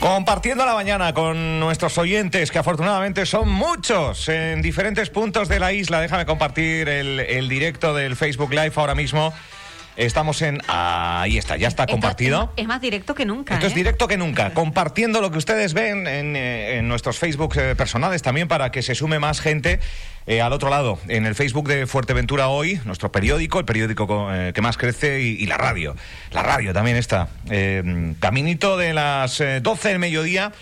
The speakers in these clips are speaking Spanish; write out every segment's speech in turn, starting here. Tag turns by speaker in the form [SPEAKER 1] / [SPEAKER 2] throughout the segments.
[SPEAKER 1] Compartiendo la mañana con nuestros oyentes, que afortunadamente son muchos en diferentes puntos de la isla. Déjame compartir el, el directo del Facebook Live ahora mismo. Estamos en... Ahí está, ya está
[SPEAKER 2] Esto
[SPEAKER 1] compartido.
[SPEAKER 2] Es, es más directo que nunca.
[SPEAKER 1] Esto es
[SPEAKER 2] ¿eh?
[SPEAKER 1] directo que nunca, compartiendo lo que ustedes ven en, eh, en nuestros Facebook eh, personales también para que se sume más gente eh, al otro lado. En el Facebook de Fuerteventura Hoy, nuestro periódico, el periódico co- eh, que más crece y, y la radio. La radio también está. Eh, caminito de las eh, 12 del mediodía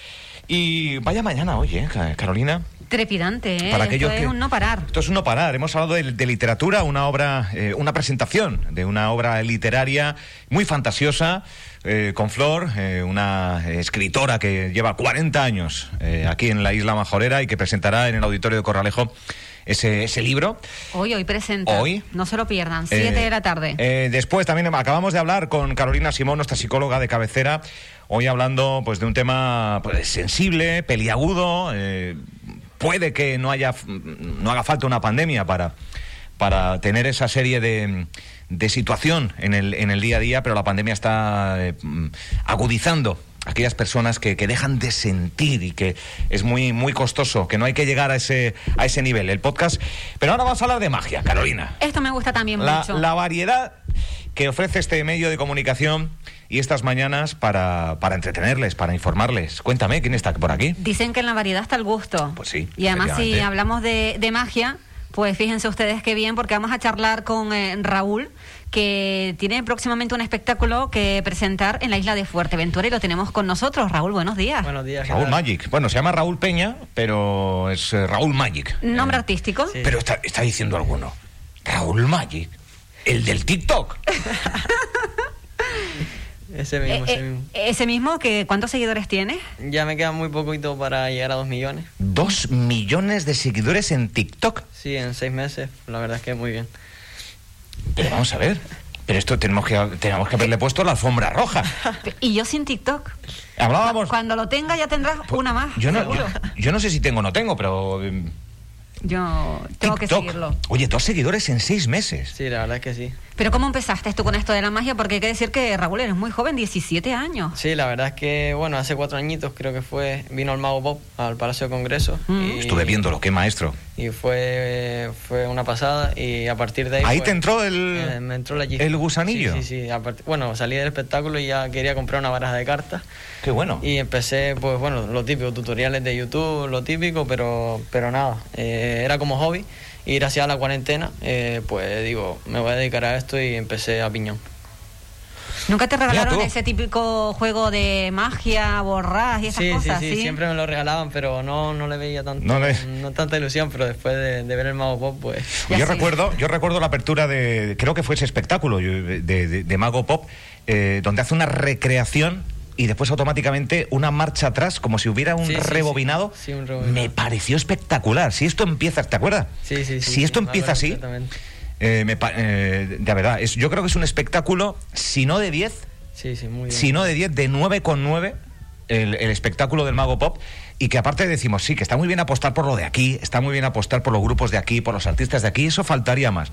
[SPEAKER 1] y vaya mañana hoy, ¿eh, Ca- Carolina?
[SPEAKER 2] Trepidante, ¿eh?
[SPEAKER 1] Para
[SPEAKER 2] Esto
[SPEAKER 1] aquellos
[SPEAKER 2] es
[SPEAKER 1] que-
[SPEAKER 2] un no parar.
[SPEAKER 1] Esto es un no parar. Hemos hablado de, de literatura, una obra, eh, una presentación de una obra literaria muy fantasiosa, eh, con Flor, eh, una escritora que lleva 40 años eh, aquí en la isla Majorera y que presentará en el auditorio de Corralejo ese, ese libro.
[SPEAKER 2] Hoy, hoy presenta.
[SPEAKER 1] Hoy.
[SPEAKER 2] No se lo pierdan. Siete
[SPEAKER 1] Eh,
[SPEAKER 2] de la tarde.
[SPEAKER 1] eh, después también acabamos de hablar con Carolina Simón, nuestra psicóloga de cabecera, hoy hablando pues de un tema pues, sensible, peliagudo. eh, puede que no haya no haga falta una pandemia para, para tener esa serie de, de situación en el, en el día a día, pero la pandemia está eh, agudizando aquellas personas que, que dejan de sentir y que es muy muy costoso, que no hay que llegar a ese a ese nivel, el podcast. Pero ahora vamos a hablar de magia, Carolina.
[SPEAKER 2] Esto me gusta también
[SPEAKER 1] La,
[SPEAKER 2] mucho.
[SPEAKER 1] la variedad que ofrece este medio de comunicación y estas mañanas para, para entretenerles, para informarles. Cuéntame, ¿quién está por aquí?
[SPEAKER 2] Dicen que en la variedad está el gusto.
[SPEAKER 1] Pues sí,
[SPEAKER 2] Y además, si
[SPEAKER 1] efectivamente.
[SPEAKER 2] hablamos de, de magia, pues fíjense ustedes qué bien, porque vamos a charlar con eh, Raúl, que tiene próximamente un espectáculo que presentar en la isla de Fuerteventura y lo tenemos con nosotros. Raúl, buenos días.
[SPEAKER 3] Buenos días. ¿qué
[SPEAKER 1] Raúl
[SPEAKER 3] tal?
[SPEAKER 1] Magic. Bueno, se llama Raúl Peña, pero es eh, Raúl Magic.
[SPEAKER 2] Nombre
[SPEAKER 1] Eh,
[SPEAKER 2] artístico.
[SPEAKER 3] sí.
[SPEAKER 1] Pero está, está diciendo alguno. Raúl Magic. El del TikTok.
[SPEAKER 3] Ese
[SPEAKER 2] Eh,
[SPEAKER 3] mismo,
[SPEAKER 2] eh,
[SPEAKER 3] ese mismo.
[SPEAKER 2] ese mismo, que ¿cuántos seguidores tienes?
[SPEAKER 3] Ya me queda muy poquito para llegar a dos millones.
[SPEAKER 1] Dos millones de seguidores en TikTok.
[SPEAKER 3] Sí, en seis meses. La verdad es que muy bien.
[SPEAKER 1] Pero vamos a ver. Pero esto tenemos que, tenemos que haberle puesto la alfombra roja.
[SPEAKER 2] Y yo sin TikTok.
[SPEAKER 1] Hablábamos.
[SPEAKER 2] Cuando lo tenga ya tendrás una más.
[SPEAKER 1] Pues, Yo no, yo,
[SPEAKER 2] seguro.
[SPEAKER 1] yo no sé si tengo o no tengo, pero. em,
[SPEAKER 2] Yo tengo que
[SPEAKER 1] TikTok.
[SPEAKER 2] seguirlo.
[SPEAKER 1] Oye, dos seguidores en seis meses.
[SPEAKER 3] Sí, la verdad es que sí.
[SPEAKER 2] Pero ¿cómo empezaste tú con esto de la magia? Porque hay que decir que Raúl eres muy joven, 17 años.
[SPEAKER 3] Sí, la verdad es que, bueno, hace cuatro añitos creo que fue, vino el Mago Bob al Palacio de Congreso.
[SPEAKER 2] Mm.
[SPEAKER 1] Estuve viéndolo, qué maestro.
[SPEAKER 3] Y fue, fue una pasada y a partir de ahí...
[SPEAKER 1] Ahí
[SPEAKER 3] pues,
[SPEAKER 1] te entró el,
[SPEAKER 3] eh, me entró la chispa.
[SPEAKER 1] el gusanillo.
[SPEAKER 3] Sí, sí, sí. A part- Bueno, salí del espectáculo y ya quería comprar una baraja de cartas.
[SPEAKER 1] Qué bueno.
[SPEAKER 3] Y empecé, pues bueno, lo típico, tutoriales de YouTube, lo típico, pero, pero nada, eh, era como hobby. Y gracias a la cuarentena, eh, pues digo, me voy a dedicar a esto y empecé a piñón.
[SPEAKER 2] ¿Nunca te regalaron
[SPEAKER 1] tú.
[SPEAKER 2] ese típico juego de magia, borrás y esas
[SPEAKER 3] Sí, sí,
[SPEAKER 2] cosas?
[SPEAKER 3] sí, siempre me lo regalaban, pero no, no le veía tanto,
[SPEAKER 1] No
[SPEAKER 3] no
[SPEAKER 1] le-
[SPEAKER 3] tanta ilusión, pero después de, de ver el Mago Pop, pues...
[SPEAKER 2] Ya
[SPEAKER 1] yo
[SPEAKER 2] sí.
[SPEAKER 1] recuerdo, yo recuerdo la apertura de, creo que fue ese espectáculo yo- de, de- de Mago Pop, eh, donde hace una recreación y después automáticamente una marcha atrás, como si hubiera un
[SPEAKER 3] Sí, sí, sí.
[SPEAKER 1] rebobinado.
[SPEAKER 3] Sí, un rebobinado.
[SPEAKER 1] Me pareció espectacular. Si esto empieza, ¿te acuerdas?
[SPEAKER 3] Sí, sí, sí,
[SPEAKER 1] Si
[SPEAKER 3] sí,
[SPEAKER 1] esto
[SPEAKER 3] me acuerdo
[SPEAKER 1] empieza así,
[SPEAKER 3] perfectamente.
[SPEAKER 1] eh, me pa- eh, de verdad, es, yo creo que es un espectáculo, si no de 10,
[SPEAKER 3] Sí, sí, muy bien.
[SPEAKER 1] si no de 10, de 9,9 el, el espectáculo del Mago Pop. Y que aparte decimos, sí, que está muy bien apostar por lo de aquí, está muy bien apostar por los grupos de aquí, por los artistas de aquí, eso faltaría más.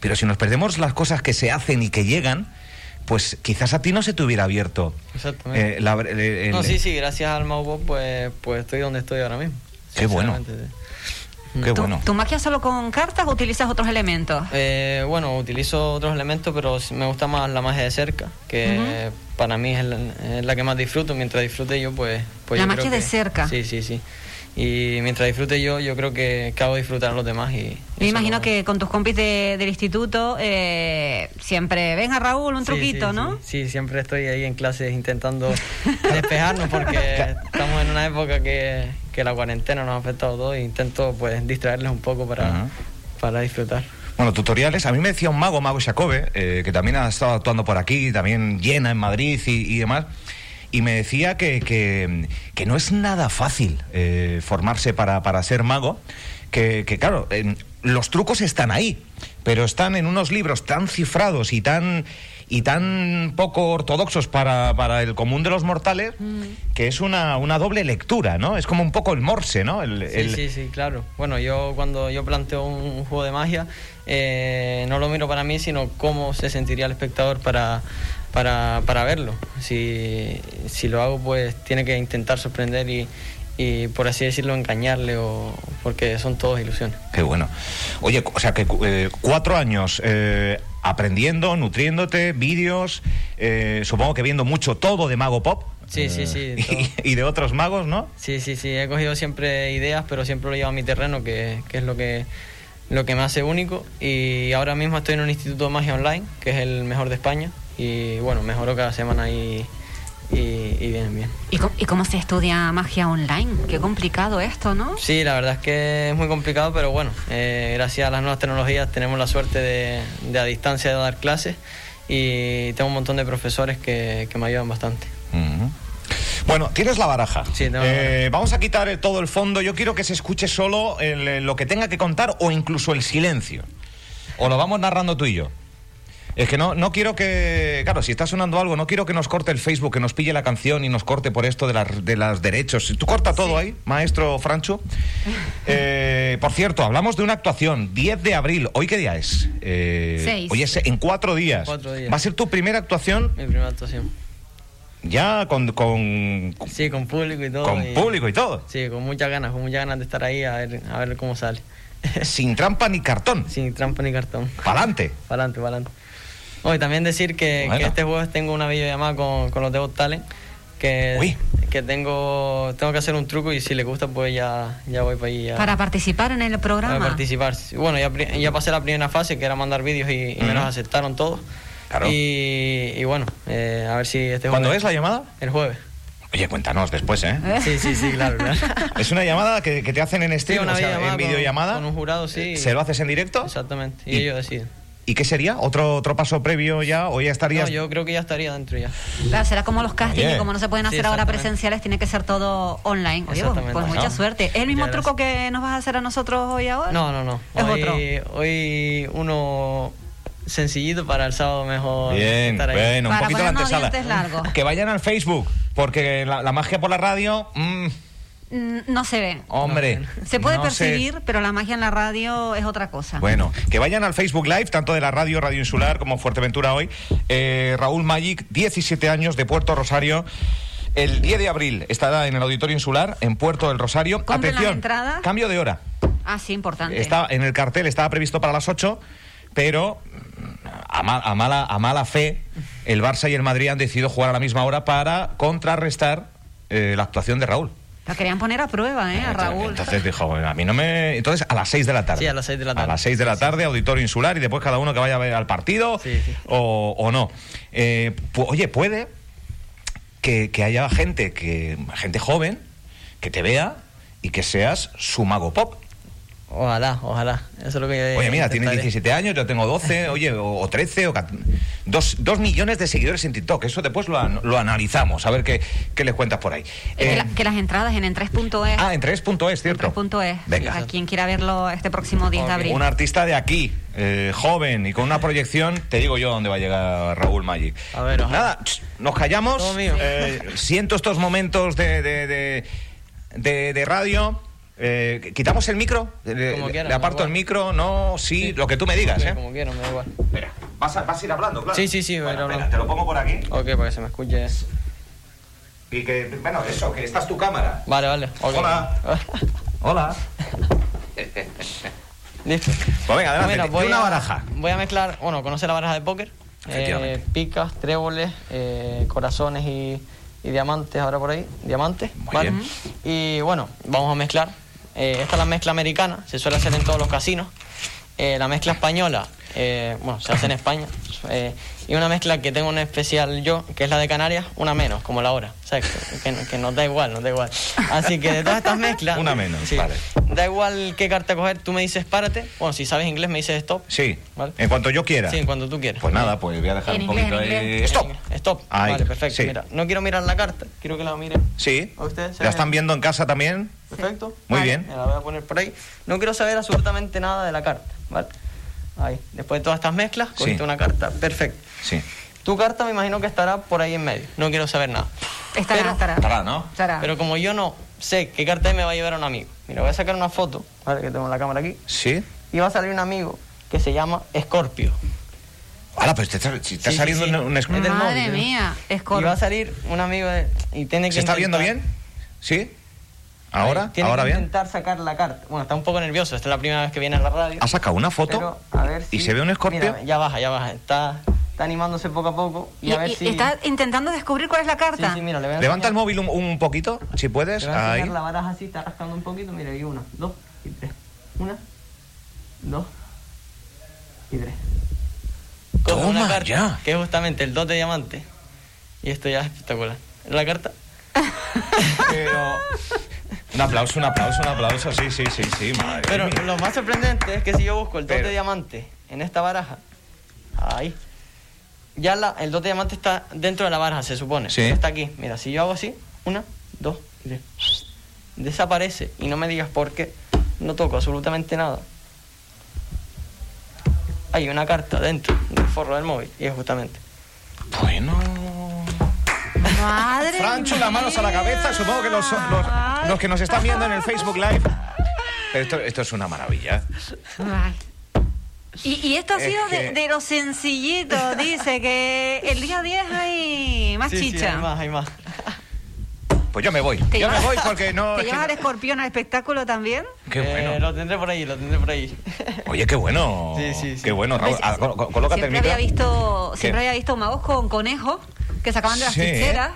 [SPEAKER 1] Pero si nos perdemos las cosas que se hacen y que llegan, pues quizás a ti no se te hubiera abierto.
[SPEAKER 3] Exactamente.
[SPEAKER 1] eh, la- el- el-
[SPEAKER 3] Pues, No, sí, sí, gracias al Mago Pop, pues, pues estoy donde estoy ahora mismo.
[SPEAKER 1] Qué bueno.
[SPEAKER 3] sinceramente, sí.
[SPEAKER 1] Qué
[SPEAKER 2] ¿Tú,
[SPEAKER 1] bueno.
[SPEAKER 2] ¿Tu magia solo con cartas o utilizas otros elementos?
[SPEAKER 3] Eh, bueno, utilizo otros elementos, pero sí me gusta más la magia de cerca, que para mí es la, es la que más disfruto. Mientras disfrute yo, pues... pues
[SPEAKER 2] La
[SPEAKER 3] yo
[SPEAKER 2] magia
[SPEAKER 3] creo
[SPEAKER 2] de
[SPEAKER 3] que-
[SPEAKER 2] cerca.
[SPEAKER 3] Sí, sí, sí. Y mientras disfrute yo, yo creo que, que hago disfrutar a los demás. Y, y
[SPEAKER 2] Me
[SPEAKER 3] eso
[SPEAKER 2] imagino
[SPEAKER 3] no-
[SPEAKER 2] que con tus compis de- del instituto eh, siempre, venga Raúl, un
[SPEAKER 3] Sí,
[SPEAKER 2] truquito,
[SPEAKER 3] sí,
[SPEAKER 2] ¿no?
[SPEAKER 3] Sí, sí, siempre estoy ahí en clases intentando despejarnos porque estamos en una época que, que la cuarentena nos ha afectado todo e intento pues distraerles un poco para,
[SPEAKER 1] Ajá.
[SPEAKER 3] para disfrutar.
[SPEAKER 1] Bueno, tutoriales. A mí me decía un mago, Mago Jacobe, eh, que también ha estado actuando por aquí, también llena en Madrid y, y demás. Y me decía que, que- que no es nada fácil eh, formarse para, para ser mago. Que, que, claro, en- los trucos están ahí, pero están en unos libros tan cifrados y tan, y tan poco ortodoxos para, para el común de los mortales
[SPEAKER 3] Mm.
[SPEAKER 1] que es una, una doble lectura, ¿no? Es como un poco el morse, ¿no? El-
[SPEAKER 3] Sí,
[SPEAKER 1] el-
[SPEAKER 3] sí, sí, claro. Bueno, yo cuando yo planteo un, un juego de magia, eh, no lo miro para mí, sino cómo se sentiría el espectador para, para, para verlo. Si, si lo hago, pues tiene que intentar sorprender y, y, por así decirlo, engañarle, o, porque son todos ilusiones.
[SPEAKER 1] Qué bueno. Oye, cu- o sea que cu- eh, cuatro años eh, aprendiendo, nutriéndote, vídeos, eh, supongo que viendo mucho todo de Mago Pop.
[SPEAKER 3] Sí, sí, sí,
[SPEAKER 1] Eh,
[SPEAKER 3] todo.
[SPEAKER 1] Y, y de otros magos, ¿no?
[SPEAKER 3] Sí, sí, sí, he cogido siempre ideas, pero siempre lo llevo a mi terreno, que, que es lo que, lo que me hace único. Y ahora mismo estoy en un instituto de magia online, que es el mejor de España. Y bueno, mejoro cada semana y, y, y bien, bien.
[SPEAKER 2] ¿Y, co- y cómo se estudia magia online? Qué complicado esto, ¿no?
[SPEAKER 3] Sí, la verdad es que es muy complicado, pero bueno, eh, gracias a las nuevas tecnologías tenemos la suerte de, de a distancia de dar clases y tengo un montón de profesores que, que me ayudan bastante.
[SPEAKER 1] Ujú. Bueno, tienes la baraja.
[SPEAKER 3] Sí, tengo la
[SPEAKER 1] Eh,
[SPEAKER 3] baraja.
[SPEAKER 1] Vamos a quitar eh, todo el fondo. Yo quiero que se escuche solo el, eh, lo que tenga que contar o incluso el silencio. O lo vamos narrando tú y yo. Es que no, no quiero que. Claro, si está sonando algo, no quiero que nos corte el Facebook, que nos pille la canción y nos corte por esto de las, de las derechos. Tú corta todo ahí, maestro Francho. Eh, por cierto, hablamos de una actuación, 10 de abril. ¿Hoy qué día es? Eh,
[SPEAKER 2] Seis.
[SPEAKER 1] Hoy es en cuatro días.
[SPEAKER 3] Cuatro días.
[SPEAKER 1] Va a ser tu primera actuación
[SPEAKER 3] Mi primera actuación.
[SPEAKER 1] ya con- con,
[SPEAKER 3] Sí, eh. con público y todo.
[SPEAKER 1] con
[SPEAKER 3] y-
[SPEAKER 1] público y todo.
[SPEAKER 3] Sí, con muchas ganas, con muchas ganas de estar ahí a ver, a ver cómo sale.
[SPEAKER 1] Sin trampa ni cartón.
[SPEAKER 3] Sin trampa ni cartón.
[SPEAKER 1] Pa'lante.
[SPEAKER 3] Pa'lante, pa'lante. Oye, también decir que, que
[SPEAKER 1] Bueno.
[SPEAKER 3] este jueves tengo una videollamada con, con los Devil Talent.
[SPEAKER 1] Uy.
[SPEAKER 3] Que, que tengo, tengo que hacer un truco y si les gusta, pues ya, ya voy para ahí. Ya,
[SPEAKER 2] Para participar en el
[SPEAKER 3] para
[SPEAKER 2] programa.
[SPEAKER 3] participar. Bueno, ya, pri- ya pasé la primera fase, que era mandar vídeos y, y
[SPEAKER 1] Ujú.
[SPEAKER 3] me los aceptaron todos.
[SPEAKER 1] Claro.
[SPEAKER 3] Y, y bueno, eh, a ver si este
[SPEAKER 1] ¿Cuándo
[SPEAKER 3] jueves-
[SPEAKER 1] es la llamada?
[SPEAKER 3] El jueves.
[SPEAKER 1] Oye, cuéntanos después, ¿eh?
[SPEAKER 3] Sí, sí, sí, claro. claro.
[SPEAKER 1] Es una llamada que, que te hacen en
[SPEAKER 3] Sí,
[SPEAKER 1] stream,
[SPEAKER 3] una
[SPEAKER 1] o sea,
[SPEAKER 3] videollamada
[SPEAKER 1] en
[SPEAKER 3] con-
[SPEAKER 1] videollamada.
[SPEAKER 3] con un jurado, sí.
[SPEAKER 1] Eh, ¿Se lo haces en directo?
[SPEAKER 3] Exactamente. Y,
[SPEAKER 1] Y-
[SPEAKER 3] ellos deciden.
[SPEAKER 1] ¿Y qué sería? ¿Otro, otro paso previo ya? ¿O ya estarías...?
[SPEAKER 3] No, yo creo que ya estaría dentro ya.
[SPEAKER 2] Claro, será como los castings,
[SPEAKER 1] Oye.
[SPEAKER 2] que como no se pueden
[SPEAKER 3] Sí,
[SPEAKER 2] hacer ahora
[SPEAKER 3] exactamente.
[SPEAKER 2] presenciales, tiene que ser todo online. Oye, pues,
[SPEAKER 3] Exactamente.
[SPEAKER 2] pues mucha
[SPEAKER 1] Ajá.
[SPEAKER 2] suerte. ¿Es el mismo
[SPEAKER 3] Ya
[SPEAKER 2] truco que nos vas a hacer a nosotros hoy ahora?
[SPEAKER 3] No, no, no.
[SPEAKER 2] Es
[SPEAKER 3] hoy,
[SPEAKER 2] otro.
[SPEAKER 3] hoy uno sencillito para el sábado mejor.
[SPEAKER 1] Bien,
[SPEAKER 3] estar ahí.
[SPEAKER 1] bueno, un
[SPEAKER 2] Para
[SPEAKER 1] poquito la
[SPEAKER 2] ponernos
[SPEAKER 1] antesala.
[SPEAKER 2] dientes largos.
[SPEAKER 1] Que vayan al Facebook, porque la, la magia por la radio... mm,
[SPEAKER 2] Mm, No se ve.
[SPEAKER 3] Oh,
[SPEAKER 1] hombre...
[SPEAKER 2] Se puede
[SPEAKER 1] no sé.
[SPEAKER 2] percibir, pero la magia en la radio es otra cosa.
[SPEAKER 1] Bueno, que vayan al Facebook Live, tanto de la radio, Radio Insular, como Fuerteventura hoy. Eh, Raúl Magic, 17 años, de Puerto Rosario. El 10 de abril estará en el Auditorio Insular, en Puerto del Rosario.
[SPEAKER 2] Compren las entradas.
[SPEAKER 1] cambio de hora.
[SPEAKER 2] Ah, sí, importante.
[SPEAKER 1] Está, en el cartel estaba previsto para las 8, pero mm, a, ma- a mala, a mala fe, el Barça y el Madrid han decidido jugar a la misma hora para contrarrestar eh, la actuación de Raúl.
[SPEAKER 2] La querían poner a prueba, ¿eh? A Raúl.
[SPEAKER 1] Entonces dijo, bueno, a mí no me... Entonces a las 6 de la tarde.
[SPEAKER 3] Sí, a las seis de la
[SPEAKER 1] A
[SPEAKER 3] tarde.
[SPEAKER 1] las 6 de la tarde, auditorio insular y después cada uno que vaya a ver al partido
[SPEAKER 3] Sí, sí.
[SPEAKER 1] O, o no. Eh, pu- oye, puede que, que haya gente, que, gente joven que te vea y que seas su mago pop.
[SPEAKER 3] Ojalá, ojalá. Eso es lo que
[SPEAKER 1] Oye, mira, tienes
[SPEAKER 3] Eh, intentaré.
[SPEAKER 1] 17 años, yo tengo 12, oye, o, o 13, o 2, millones de seguidores en TikTok. Eso después lo, an- lo analizamos, a ver qué, qué les cuentas por ahí.
[SPEAKER 2] Eh, que,
[SPEAKER 1] Eh,
[SPEAKER 2] la- que las entradas en en3.es.
[SPEAKER 1] ah, en 3.es, cierto.
[SPEAKER 2] en3.es.
[SPEAKER 1] Venga.
[SPEAKER 2] A quien quiera verlo este próximo 10 de abril.
[SPEAKER 1] Un artista de aquí, eh, joven y con una proyección, te digo yo a dónde va a llegar Raúl Magic.
[SPEAKER 3] A ver, ojalá.
[SPEAKER 1] Nada, ch, nos callamos.
[SPEAKER 3] Todo mío.
[SPEAKER 1] Eh, siento estos momentos de, de- de- de- de radio. Eh, ¿Quitamos el micro? Le,
[SPEAKER 3] Como
[SPEAKER 1] le-
[SPEAKER 3] quieras,
[SPEAKER 1] le aparto
[SPEAKER 3] da
[SPEAKER 1] el micro,
[SPEAKER 3] igual.
[SPEAKER 1] no, sí,
[SPEAKER 3] Sí.
[SPEAKER 1] lo que tú me digas,
[SPEAKER 3] Como-
[SPEAKER 1] ¿eh?
[SPEAKER 3] Como quiero, me da igual.
[SPEAKER 1] Espera, vas a, vas a ir hablando, claro.
[SPEAKER 3] Sí, sí, sí, voy a
[SPEAKER 1] Bueno,
[SPEAKER 3] ir hablando.
[SPEAKER 1] espera, te lo pongo por aquí.
[SPEAKER 3] Ok, para que se me escuche.
[SPEAKER 1] Y que, bueno, eso, que esta es tu cámara.
[SPEAKER 3] Vale, vale. ok.
[SPEAKER 1] Hola. Hola.
[SPEAKER 3] Listo.
[SPEAKER 1] Pues venga, adelante,
[SPEAKER 3] Bueno,
[SPEAKER 1] di-
[SPEAKER 3] voy
[SPEAKER 1] di una
[SPEAKER 3] a-
[SPEAKER 1] baraja.
[SPEAKER 3] Voy a mezclar, bueno, conoce la baraja de póker.
[SPEAKER 1] Efectivamente.
[SPEAKER 3] Eh, picas, tréboles, eh, corazones y, y diamantes, ahora por ahí, diamantes.
[SPEAKER 1] Muy
[SPEAKER 3] ¿vale?
[SPEAKER 1] bien.
[SPEAKER 3] Y bueno, vamos a mezclar. Eh, esta es la mezcla americana, se suele hacer en todos los casinos. Eh, la mezcla española, eh, bueno, se hace en España. Eh, y una mezcla que tengo en especial yo, que es la de Canarias, una menos, como la hora. O sea, que, que- que nos da igual, nos da igual. Así que de todas estas mezclas...
[SPEAKER 1] Una menos, vale.
[SPEAKER 3] Da igual qué carta coger, tú me dices párate. Bueno, si sabes inglés me dices stop.
[SPEAKER 1] Sí,
[SPEAKER 3] Vale.
[SPEAKER 1] en cuanto yo quiera.
[SPEAKER 3] Sí, cuando tú quieras.
[SPEAKER 1] Pues nada, pues voy a dejar
[SPEAKER 2] En
[SPEAKER 1] un
[SPEAKER 2] inglés,
[SPEAKER 1] poquito
[SPEAKER 2] en
[SPEAKER 1] ahí.
[SPEAKER 2] inglés.
[SPEAKER 1] ¡Stop!
[SPEAKER 3] Stop.
[SPEAKER 1] Ahí,
[SPEAKER 3] Vale, perfecto.
[SPEAKER 1] sí.
[SPEAKER 3] Mira, no quiero mirar la carta, quiero que la miren.
[SPEAKER 1] Sí.
[SPEAKER 3] ¿A ustedes?
[SPEAKER 1] ¿La están viendo en casa también?
[SPEAKER 3] Perfecto.
[SPEAKER 1] Muy
[SPEAKER 3] Vale,
[SPEAKER 1] bien.
[SPEAKER 3] Me la voy a poner por ahí. No quiero saber absolutamente nada de la carta, ¿vale? Ahí. Después de todas estas mezclas, cogiste
[SPEAKER 1] Sí.
[SPEAKER 3] una carta. Perfecto.
[SPEAKER 1] Sí.
[SPEAKER 3] Tu carta me imagino que estará por ahí en medio. No quiero saber nada.
[SPEAKER 2] Estará,
[SPEAKER 3] Pero-
[SPEAKER 2] estará.
[SPEAKER 1] Estará, ¿no?
[SPEAKER 2] Estará.
[SPEAKER 3] Pero como yo no sé qué carta me va a llevar un amigo. Mira, voy a sacar una foto, ¿vale? Que tengo la cámara aquí.
[SPEAKER 1] Sí.
[SPEAKER 3] y va a salir un amigo que se llama Scorpio.
[SPEAKER 1] Ahora, pues te está, si está
[SPEAKER 3] Sí, sí,
[SPEAKER 1] saliendo
[SPEAKER 3] sí.
[SPEAKER 1] una- una-
[SPEAKER 3] Es del
[SPEAKER 2] Madre
[SPEAKER 3] móvil, ¿eh?
[SPEAKER 2] mía,
[SPEAKER 3] Y va
[SPEAKER 2] Escorpio.
[SPEAKER 3] a salir un amigo de- y tiene que.
[SPEAKER 1] ¿Se está viendo
[SPEAKER 3] intentar-
[SPEAKER 1] bien? ¿Sí? ¿Ahora?
[SPEAKER 3] Tiene
[SPEAKER 1] ¿Ahora
[SPEAKER 3] que
[SPEAKER 1] bien?
[SPEAKER 3] intentar sacar la carta. Bueno, está un poco nervioso. Esta es la primera vez que viene a la radio.
[SPEAKER 1] ¿Ha sacado una foto?
[SPEAKER 3] Pero, a ver
[SPEAKER 1] ¿Y
[SPEAKER 3] si-
[SPEAKER 1] se ve un escorpio?
[SPEAKER 3] Mira, ya baja, ya baja. Está, está animándose poco a poco. Y,
[SPEAKER 2] Y,
[SPEAKER 3] a ver
[SPEAKER 2] y-
[SPEAKER 3] si.
[SPEAKER 2] Está intentando descubrir cuál es la
[SPEAKER 3] Sí,
[SPEAKER 2] carta.
[SPEAKER 3] sí, mira, le voy a
[SPEAKER 1] Levanta
[SPEAKER 3] enseñar-
[SPEAKER 1] el móvil un, un poquito, si puedes.
[SPEAKER 3] le voy a
[SPEAKER 1] Ahí.
[SPEAKER 3] enseñar la baraja así, está rascando un poquito. Mira, y una, dos y tres. Una, dos y tres. Coge una
[SPEAKER 1] Toma,
[SPEAKER 3] carta,
[SPEAKER 1] ya.
[SPEAKER 3] Que es justamente el dos de diamante. Y esto ya es espectacular. La carta.
[SPEAKER 1] Pero- Un aplauso, un aplauso, un aplauso. Sí, sí, sí, sí. madre
[SPEAKER 3] Pero
[SPEAKER 1] mía.
[SPEAKER 3] lo más sorprendente es que si yo busco el 2
[SPEAKER 1] Pero-
[SPEAKER 3] de diamante en esta baraja, ahí, ya la- el 2 de diamante está dentro de la baraja, se supone.
[SPEAKER 1] Sí.
[SPEAKER 3] Pero Está aquí. Mira, si yo hago así, una, dos, y tres. Desaparece y no me digas por qué. No toco absolutamente nada. Hay una carta dentro del forro del móvil y es justamente.
[SPEAKER 1] Bueno.
[SPEAKER 2] Madre
[SPEAKER 1] Francho, las manos a la cabeza. Supongo que los, los, los que nos están viendo en el Facebook Live. Pero esto, esto es una maravilla.
[SPEAKER 2] Ay. Y, y esto ha
[SPEAKER 1] Es
[SPEAKER 2] sido de,
[SPEAKER 1] que-
[SPEAKER 2] de lo sencillito, dice que el día 10 hay más
[SPEAKER 3] Sí, sí,
[SPEAKER 2] chicha.
[SPEAKER 3] hay más, hay más.
[SPEAKER 1] Pues yo me voy.
[SPEAKER 2] ¿Te
[SPEAKER 1] Yo me
[SPEAKER 2] llevas-
[SPEAKER 1] voy porque no.
[SPEAKER 2] ¿Te
[SPEAKER 1] es que
[SPEAKER 2] llevas al
[SPEAKER 1] no-
[SPEAKER 2] escorpión al espectáculo también?
[SPEAKER 1] Qué
[SPEAKER 3] Eh,
[SPEAKER 1] bueno.
[SPEAKER 3] Lo tendré por ahí, lo tendré por ahí.
[SPEAKER 1] Oye, qué bueno.
[SPEAKER 3] Sí, sí, sí.
[SPEAKER 1] Qué bueno. Raúl,
[SPEAKER 2] Pues,
[SPEAKER 1] ah, col- col- colócate el
[SPEAKER 2] siempre
[SPEAKER 1] micro.
[SPEAKER 2] había visto, siempre
[SPEAKER 1] ¿Qué?
[SPEAKER 2] había visto magos con conejos que sacaban de las
[SPEAKER 1] Sí.
[SPEAKER 2] tijeras.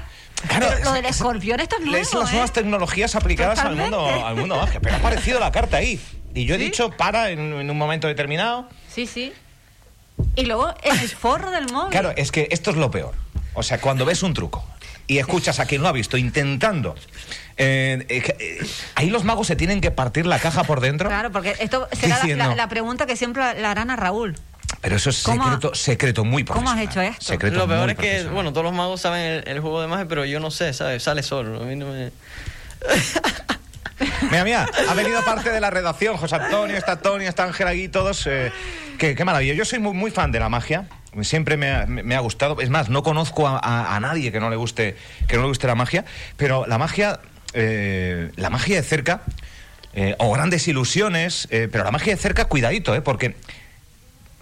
[SPEAKER 1] Claro,
[SPEAKER 2] Pero lo
[SPEAKER 1] es-
[SPEAKER 2] del
[SPEAKER 1] es-
[SPEAKER 2] escorpión, esto es nuevo.
[SPEAKER 1] Es las
[SPEAKER 2] ¿eh?
[SPEAKER 1] nuevas tecnologías aplicadas al mundo,
[SPEAKER 2] Totalmente.
[SPEAKER 1] al mundo mágico. Pero ha aparecido la carta ahí. Y yo he dicho para en, en un momento determinado.
[SPEAKER 2] Sí, sí. Y luego en el forro del móvil.
[SPEAKER 1] Claro, es que esto es lo peor. O sea, cuando ves un truco y escuchas a quien lo ha visto intentando. eh, eh, que- eh, ahí los magos se tienen que partir la caja por dentro.
[SPEAKER 2] Claro, porque esto será la- la,
[SPEAKER 1] Diciendo-
[SPEAKER 2] la pregunta que siempre la harán a Raúl.
[SPEAKER 1] Pero eso es
[SPEAKER 2] ¿Cómo ha-
[SPEAKER 1] secreto, secreto muy
[SPEAKER 2] cómo has
[SPEAKER 1] profesional.
[SPEAKER 2] hecho esto?
[SPEAKER 1] Secreto
[SPEAKER 3] Lo peor
[SPEAKER 1] muy
[SPEAKER 3] es que,
[SPEAKER 1] profesional.
[SPEAKER 3] bueno, todos los magos saben el, el juego de magia, pero yo no sé, ¿sabes? Sale solo. A mí no me...
[SPEAKER 1] Mira, mira, ha venido parte de la redacción. José Antonio, está Antonio, está Ángel aquí, todos. eh, qué, qué maravilla. Yo soy muy, muy fan de la magia. Siempre me ha, me- me ha gustado. Es más, no conozco a, a- a nadie que no le guste que no le guste la magia. Pero la magia, eh, la magia de cerca eh, o grandes ilusiones, eh, pero la magia de cerca, cuidadito, eh, porque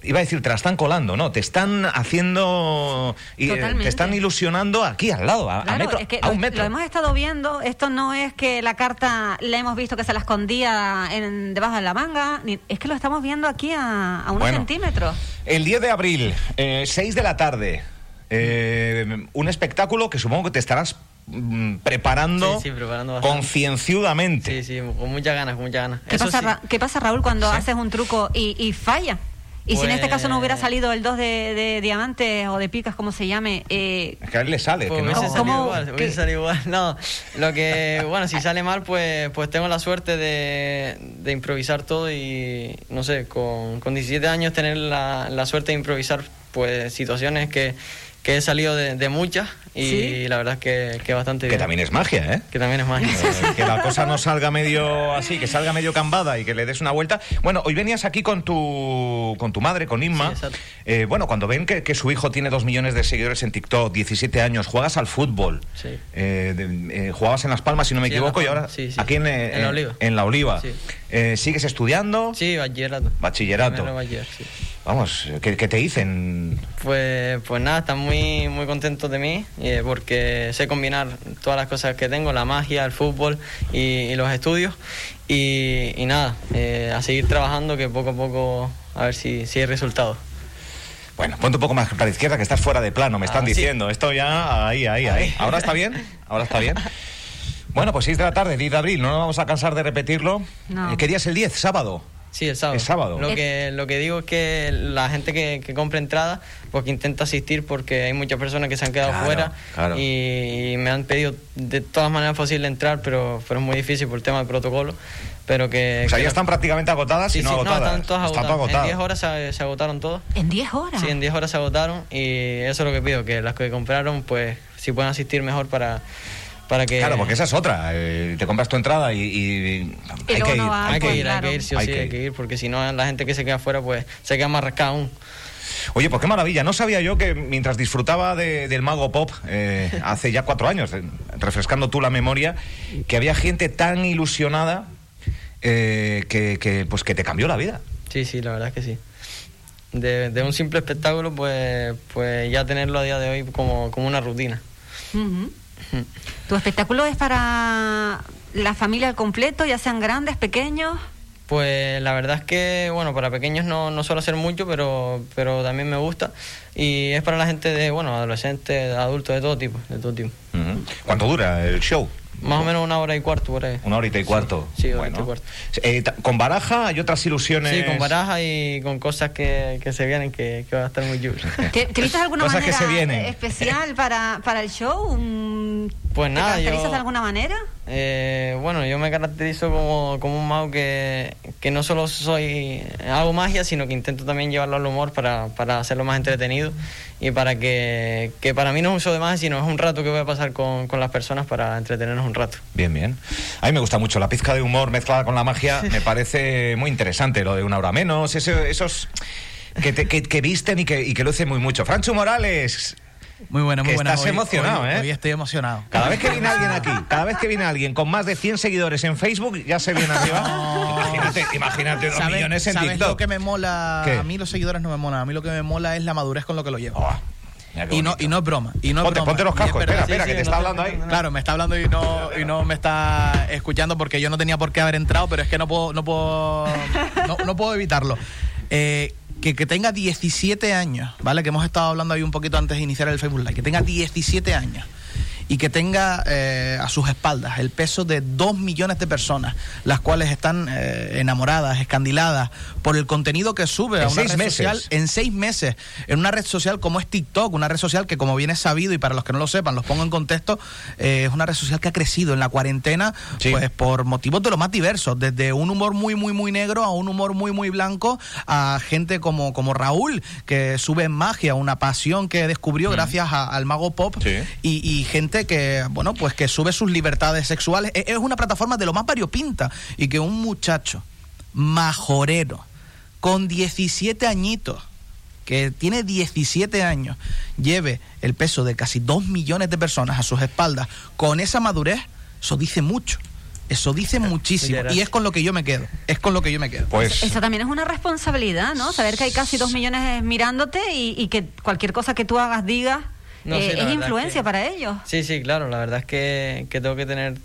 [SPEAKER 1] iba a decir te la están colando, no, te están haciendo, y, eh, te
[SPEAKER 2] Totalmente.
[SPEAKER 1] están ilusionando aquí al lado, a, a
[SPEAKER 2] Claro,
[SPEAKER 1] metro,
[SPEAKER 2] es que
[SPEAKER 1] a
[SPEAKER 2] lo-
[SPEAKER 1] un metro.
[SPEAKER 2] Lo hemos estado viendo. Esto no es que la carta la hemos visto que se la escondía en, debajo de la manga. ni- es que lo estamos viendo aquí a, a unos
[SPEAKER 1] Bueno.
[SPEAKER 2] centímetros.
[SPEAKER 1] El 10 de abril, eh, 6 de la tarde. eh, un espectáculo que supongo que te estarás mm, preparando,
[SPEAKER 3] Sí, sí, preparando bastante.
[SPEAKER 1] concienciudamente.
[SPEAKER 3] Sí, sí, con muchas ganas, con muchas ganas.
[SPEAKER 2] ¿Qué
[SPEAKER 3] Eso
[SPEAKER 2] pasa,
[SPEAKER 3] sí.
[SPEAKER 2] Ra- ¿Qué pasa, Raúl, cuando
[SPEAKER 1] Sí.
[SPEAKER 2] haces un truco y, y falla? Y si en este caso no hubiera
[SPEAKER 3] Pues-
[SPEAKER 2] salido el 2 de, de diamantes o de picas, como se llame, eh,
[SPEAKER 1] Es que a él le sale.
[SPEAKER 3] Pues
[SPEAKER 1] que no.
[SPEAKER 3] hubiese
[SPEAKER 2] ¿Cómo?
[SPEAKER 3] salido igual,
[SPEAKER 2] ¿Qué?
[SPEAKER 3] hubiese salido igual. No, lo que, bueno, si sale mal, pues, pues tengo la suerte de, de improvisar todo y, no sé, con, con 17 años tener la, la suerte de improvisar pues situaciones que, que he salido de, de muchas y
[SPEAKER 2] Sí.
[SPEAKER 3] la verdad es que, que bastante
[SPEAKER 1] Que
[SPEAKER 3] bien.
[SPEAKER 1] también es magia, ¿eh?
[SPEAKER 3] Que también es magia.
[SPEAKER 1] Eh, que la cosa no salga medio así, que salga medio cambada y que le des una vuelta. Bueno, hoy venías aquí con tu, con tu madre, con
[SPEAKER 3] Sí,
[SPEAKER 1] Inma.
[SPEAKER 3] exacto.
[SPEAKER 1] Eh, bueno, cuando ven que, que su hijo tiene dos millones de seguidores en TikTok, 17 años, juegas al fútbol.
[SPEAKER 3] Sí.
[SPEAKER 1] Eh, de- eh, jugabas en Las Palmas, si no me
[SPEAKER 3] Sí, en Las
[SPEAKER 1] equivoco, y ahora
[SPEAKER 3] Palmas, sí, sí.
[SPEAKER 1] aquí en, eh,
[SPEAKER 3] En La Oliva.
[SPEAKER 1] en La Oliva.
[SPEAKER 3] Sí.
[SPEAKER 1] Eh, ¿Sigues estudiando?
[SPEAKER 3] Sí, bachillerato.
[SPEAKER 1] Bachillerato.
[SPEAKER 3] Primero bachiller, sí.
[SPEAKER 1] Vamos, ¿qué, qué te dicen?
[SPEAKER 3] Pues, pues nada, están muy, muy contentos de mí eh, porque sé combinar todas las cosas que tengo, la magia, el fútbol y, y los estudios. Y, y nada, eh, a seguir trabajando que poco a poco a ver si, si hay resultados.
[SPEAKER 1] Bueno, ponte un poco más para la izquierda que estás fuera de plano, me están
[SPEAKER 3] Ah, sí.
[SPEAKER 1] diciendo. Esto ya ahí, ahí, ahí. ¿Ahora está bien? ¿Ahora está bien? Bueno, pues 6 de la tarde, 10 de abril, no nos vamos a cansar de repetirlo.
[SPEAKER 2] No.
[SPEAKER 1] Eh, ¿Qué día es el 10? ¿Sábado?
[SPEAKER 3] Sí, el sábado.
[SPEAKER 1] El sábado.
[SPEAKER 3] Lo que, lo que digo es que la gente que, que compra entradas, pues que intenta asistir porque hay muchas personas que se han quedado
[SPEAKER 1] Claro,
[SPEAKER 3] fuera
[SPEAKER 1] claro.
[SPEAKER 3] y, y me han pedido de todas maneras posible entrar, pero, pero es muy difícil por el tema del protocolo. Pero que,
[SPEAKER 1] O sea,
[SPEAKER 3] que
[SPEAKER 1] ya
[SPEAKER 3] lo-
[SPEAKER 1] están prácticamente agotadas
[SPEAKER 3] Ah, Sí,
[SPEAKER 1] y no
[SPEAKER 3] sí,
[SPEAKER 1] agotadas.
[SPEAKER 3] están todas
[SPEAKER 1] Está
[SPEAKER 3] agotadas.
[SPEAKER 1] todo agotado.
[SPEAKER 3] En 10 horas se, se agotaron todos.
[SPEAKER 2] en 10 horas.
[SPEAKER 3] Sí, en 10 horas se agotaron y eso es lo que pido, que las que compraron, pues si pueden asistir mejor para, para que...
[SPEAKER 1] Claro, porque esa es otra. eh, te compras tu entrada y, y-
[SPEAKER 2] Y
[SPEAKER 1] hay
[SPEAKER 2] luego
[SPEAKER 1] que ir.
[SPEAKER 2] no va,
[SPEAKER 3] Hay que
[SPEAKER 2] pues,
[SPEAKER 3] ir, hay
[SPEAKER 2] claro.
[SPEAKER 3] que ir, sí o
[SPEAKER 1] Hay
[SPEAKER 3] sí,
[SPEAKER 1] que
[SPEAKER 3] hay
[SPEAKER 1] ir.
[SPEAKER 3] que ir, porque si no la gente que se queda afuera, pues se queda más rascada aún.
[SPEAKER 1] Oye, pues qué maravilla. No sabía yo que mientras disfrutaba de- del Mago Pop eh, hace ya cuatro años, eh, refrescando tú la memoria, que había gente tan ilusionada eh, que, que, pues que te cambió la vida.
[SPEAKER 3] Sí, sí, la verdad es que sí. de, de un simple espectáculo, pues, pues ya tenerlo a día de hoy como, como una rutina.
[SPEAKER 2] Ujú. ¿Tu espectáculo es para la familia al completo, ya sean grandes, pequeños?
[SPEAKER 3] Pues la verdad es que, bueno, para pequeños no, no suelo hacer mucho, pero, pero también me gusta. Y es para la gente de, bueno, adolescentes, adultos, de todo tipo, de todo tipo.
[SPEAKER 1] Ujú. ¿Cuánto dura el show?
[SPEAKER 3] Más o menos una hora y cuarto por ahí.
[SPEAKER 1] Una horita y cuarto.
[SPEAKER 3] Sí, horita y cuarto.
[SPEAKER 1] Eh, ta- ¿Con baraja hay otras ilusiones?
[SPEAKER 3] Sí, con baraja y con cosas que, que se vienen que, que va a estar muy chulo.
[SPEAKER 2] ¿Te, te vistes de alguna
[SPEAKER 1] Cosas que
[SPEAKER 2] manera
[SPEAKER 1] se vienen.
[SPEAKER 2] especial para, para el show? Mm,
[SPEAKER 3] Pues
[SPEAKER 2] ¿Te
[SPEAKER 3] nada,
[SPEAKER 2] caracterizas
[SPEAKER 3] yo-
[SPEAKER 2] de alguna manera?
[SPEAKER 3] Eh, bueno, yo me caracterizo como, como un mago que, que no solo soy hago magia, sino que intento también llevarlo al humor para, para hacerlo más entretenido y para que, que para mí no es un show de magia, sino es un rato que voy a pasar con, con las personas para entretenernos un rato.
[SPEAKER 1] Bien, bien. A mí me gusta mucho la pizca de humor mezclada con la magia. Me parece muy interesante lo de una hora menos. ese- esos que, te- que- que visten y que, y que lucen muy mucho. Francho Morales,
[SPEAKER 4] Muy buena, muy
[SPEAKER 1] Que
[SPEAKER 4] buena.
[SPEAKER 1] estás emocionado,
[SPEAKER 4] hoy-
[SPEAKER 1] ¿eh?
[SPEAKER 4] Hoy estoy emocionado.
[SPEAKER 1] cada vez que viene alguien aquí, cada vez que viene alguien con más de 100 seguidores en Facebook, ya se viene arriba. Imagínate, imagínate, dos millones en
[SPEAKER 4] sabes
[SPEAKER 1] TikTok.
[SPEAKER 4] lo que me mola?
[SPEAKER 1] ¿Qué?
[SPEAKER 4] A mí los seguidores no me molan. A mí lo que me mola es la madurez con lo que lo llevo.
[SPEAKER 1] Oh, mira qué
[SPEAKER 4] y, no,
[SPEAKER 1] bonito.
[SPEAKER 4] y no es broma. Y no es
[SPEAKER 1] ponte,
[SPEAKER 4] broma.
[SPEAKER 1] ponte los
[SPEAKER 4] Y es
[SPEAKER 1] cascos,
[SPEAKER 4] verdad.
[SPEAKER 1] espera, espera,
[SPEAKER 3] Sí,
[SPEAKER 1] que
[SPEAKER 3] sí,
[SPEAKER 1] te
[SPEAKER 3] no
[SPEAKER 1] está
[SPEAKER 3] te-
[SPEAKER 1] hablando ahí.
[SPEAKER 4] Claro, me está hablando y no, y no me está escuchando porque yo no tenía por qué haber entrado, pero es que no puedo, no puedo, no, no puedo evitarlo. Eh, que, que tenga 17 años, ¿vale? Que hemos estado hablando ahí un poquito antes de iniciar el Facebook Live, que tenga 17 años y que tenga eh, a sus espaldas el peso de 2 millones de personas, las cuales están eh, enamoradas, escandiladas por el contenido que sube
[SPEAKER 1] En
[SPEAKER 4] a una
[SPEAKER 1] seis
[SPEAKER 4] red
[SPEAKER 1] meses.
[SPEAKER 4] social en seis meses en una red social como es TikTok, una red social que como bien es sabido y para los que no lo sepan, los pongo en contexto, eh, es una red social que ha crecido en la cuarentena
[SPEAKER 1] Sí.
[SPEAKER 4] pues por motivos de lo más diversos, desde un humor muy muy muy negro a un humor muy muy blanco, a gente como, como Raúl que sube magia, una pasión que descubrió gracias a- al mago pop
[SPEAKER 1] Sí.
[SPEAKER 4] y, y gente que, bueno, pues que sube sus libertades sexuales. E- Es una plataforma de lo más variopinta y que un muchacho majorero con 17 añitos que tiene 17 años, lleve el peso de casi 2 millones de personas a sus espaldas, con esa madurez, eso dice mucho. Eso dice muchísimo.
[SPEAKER 3] gracias.
[SPEAKER 4] Y es con lo que yo me quedo. Es con lo que yo me quedo.
[SPEAKER 1] Pues
[SPEAKER 2] Eso también es una responsabilidad, ¿no? Saber que hay casi dos millones mirándote y, y que cualquier cosa que tú hagas, digas,
[SPEAKER 3] No,
[SPEAKER 2] eh,
[SPEAKER 3] sí, la
[SPEAKER 2] es
[SPEAKER 3] verdad
[SPEAKER 2] influencia
[SPEAKER 3] que-
[SPEAKER 2] para ellos.
[SPEAKER 3] Sí, sí, claro, la verdad es que, que tengo que tener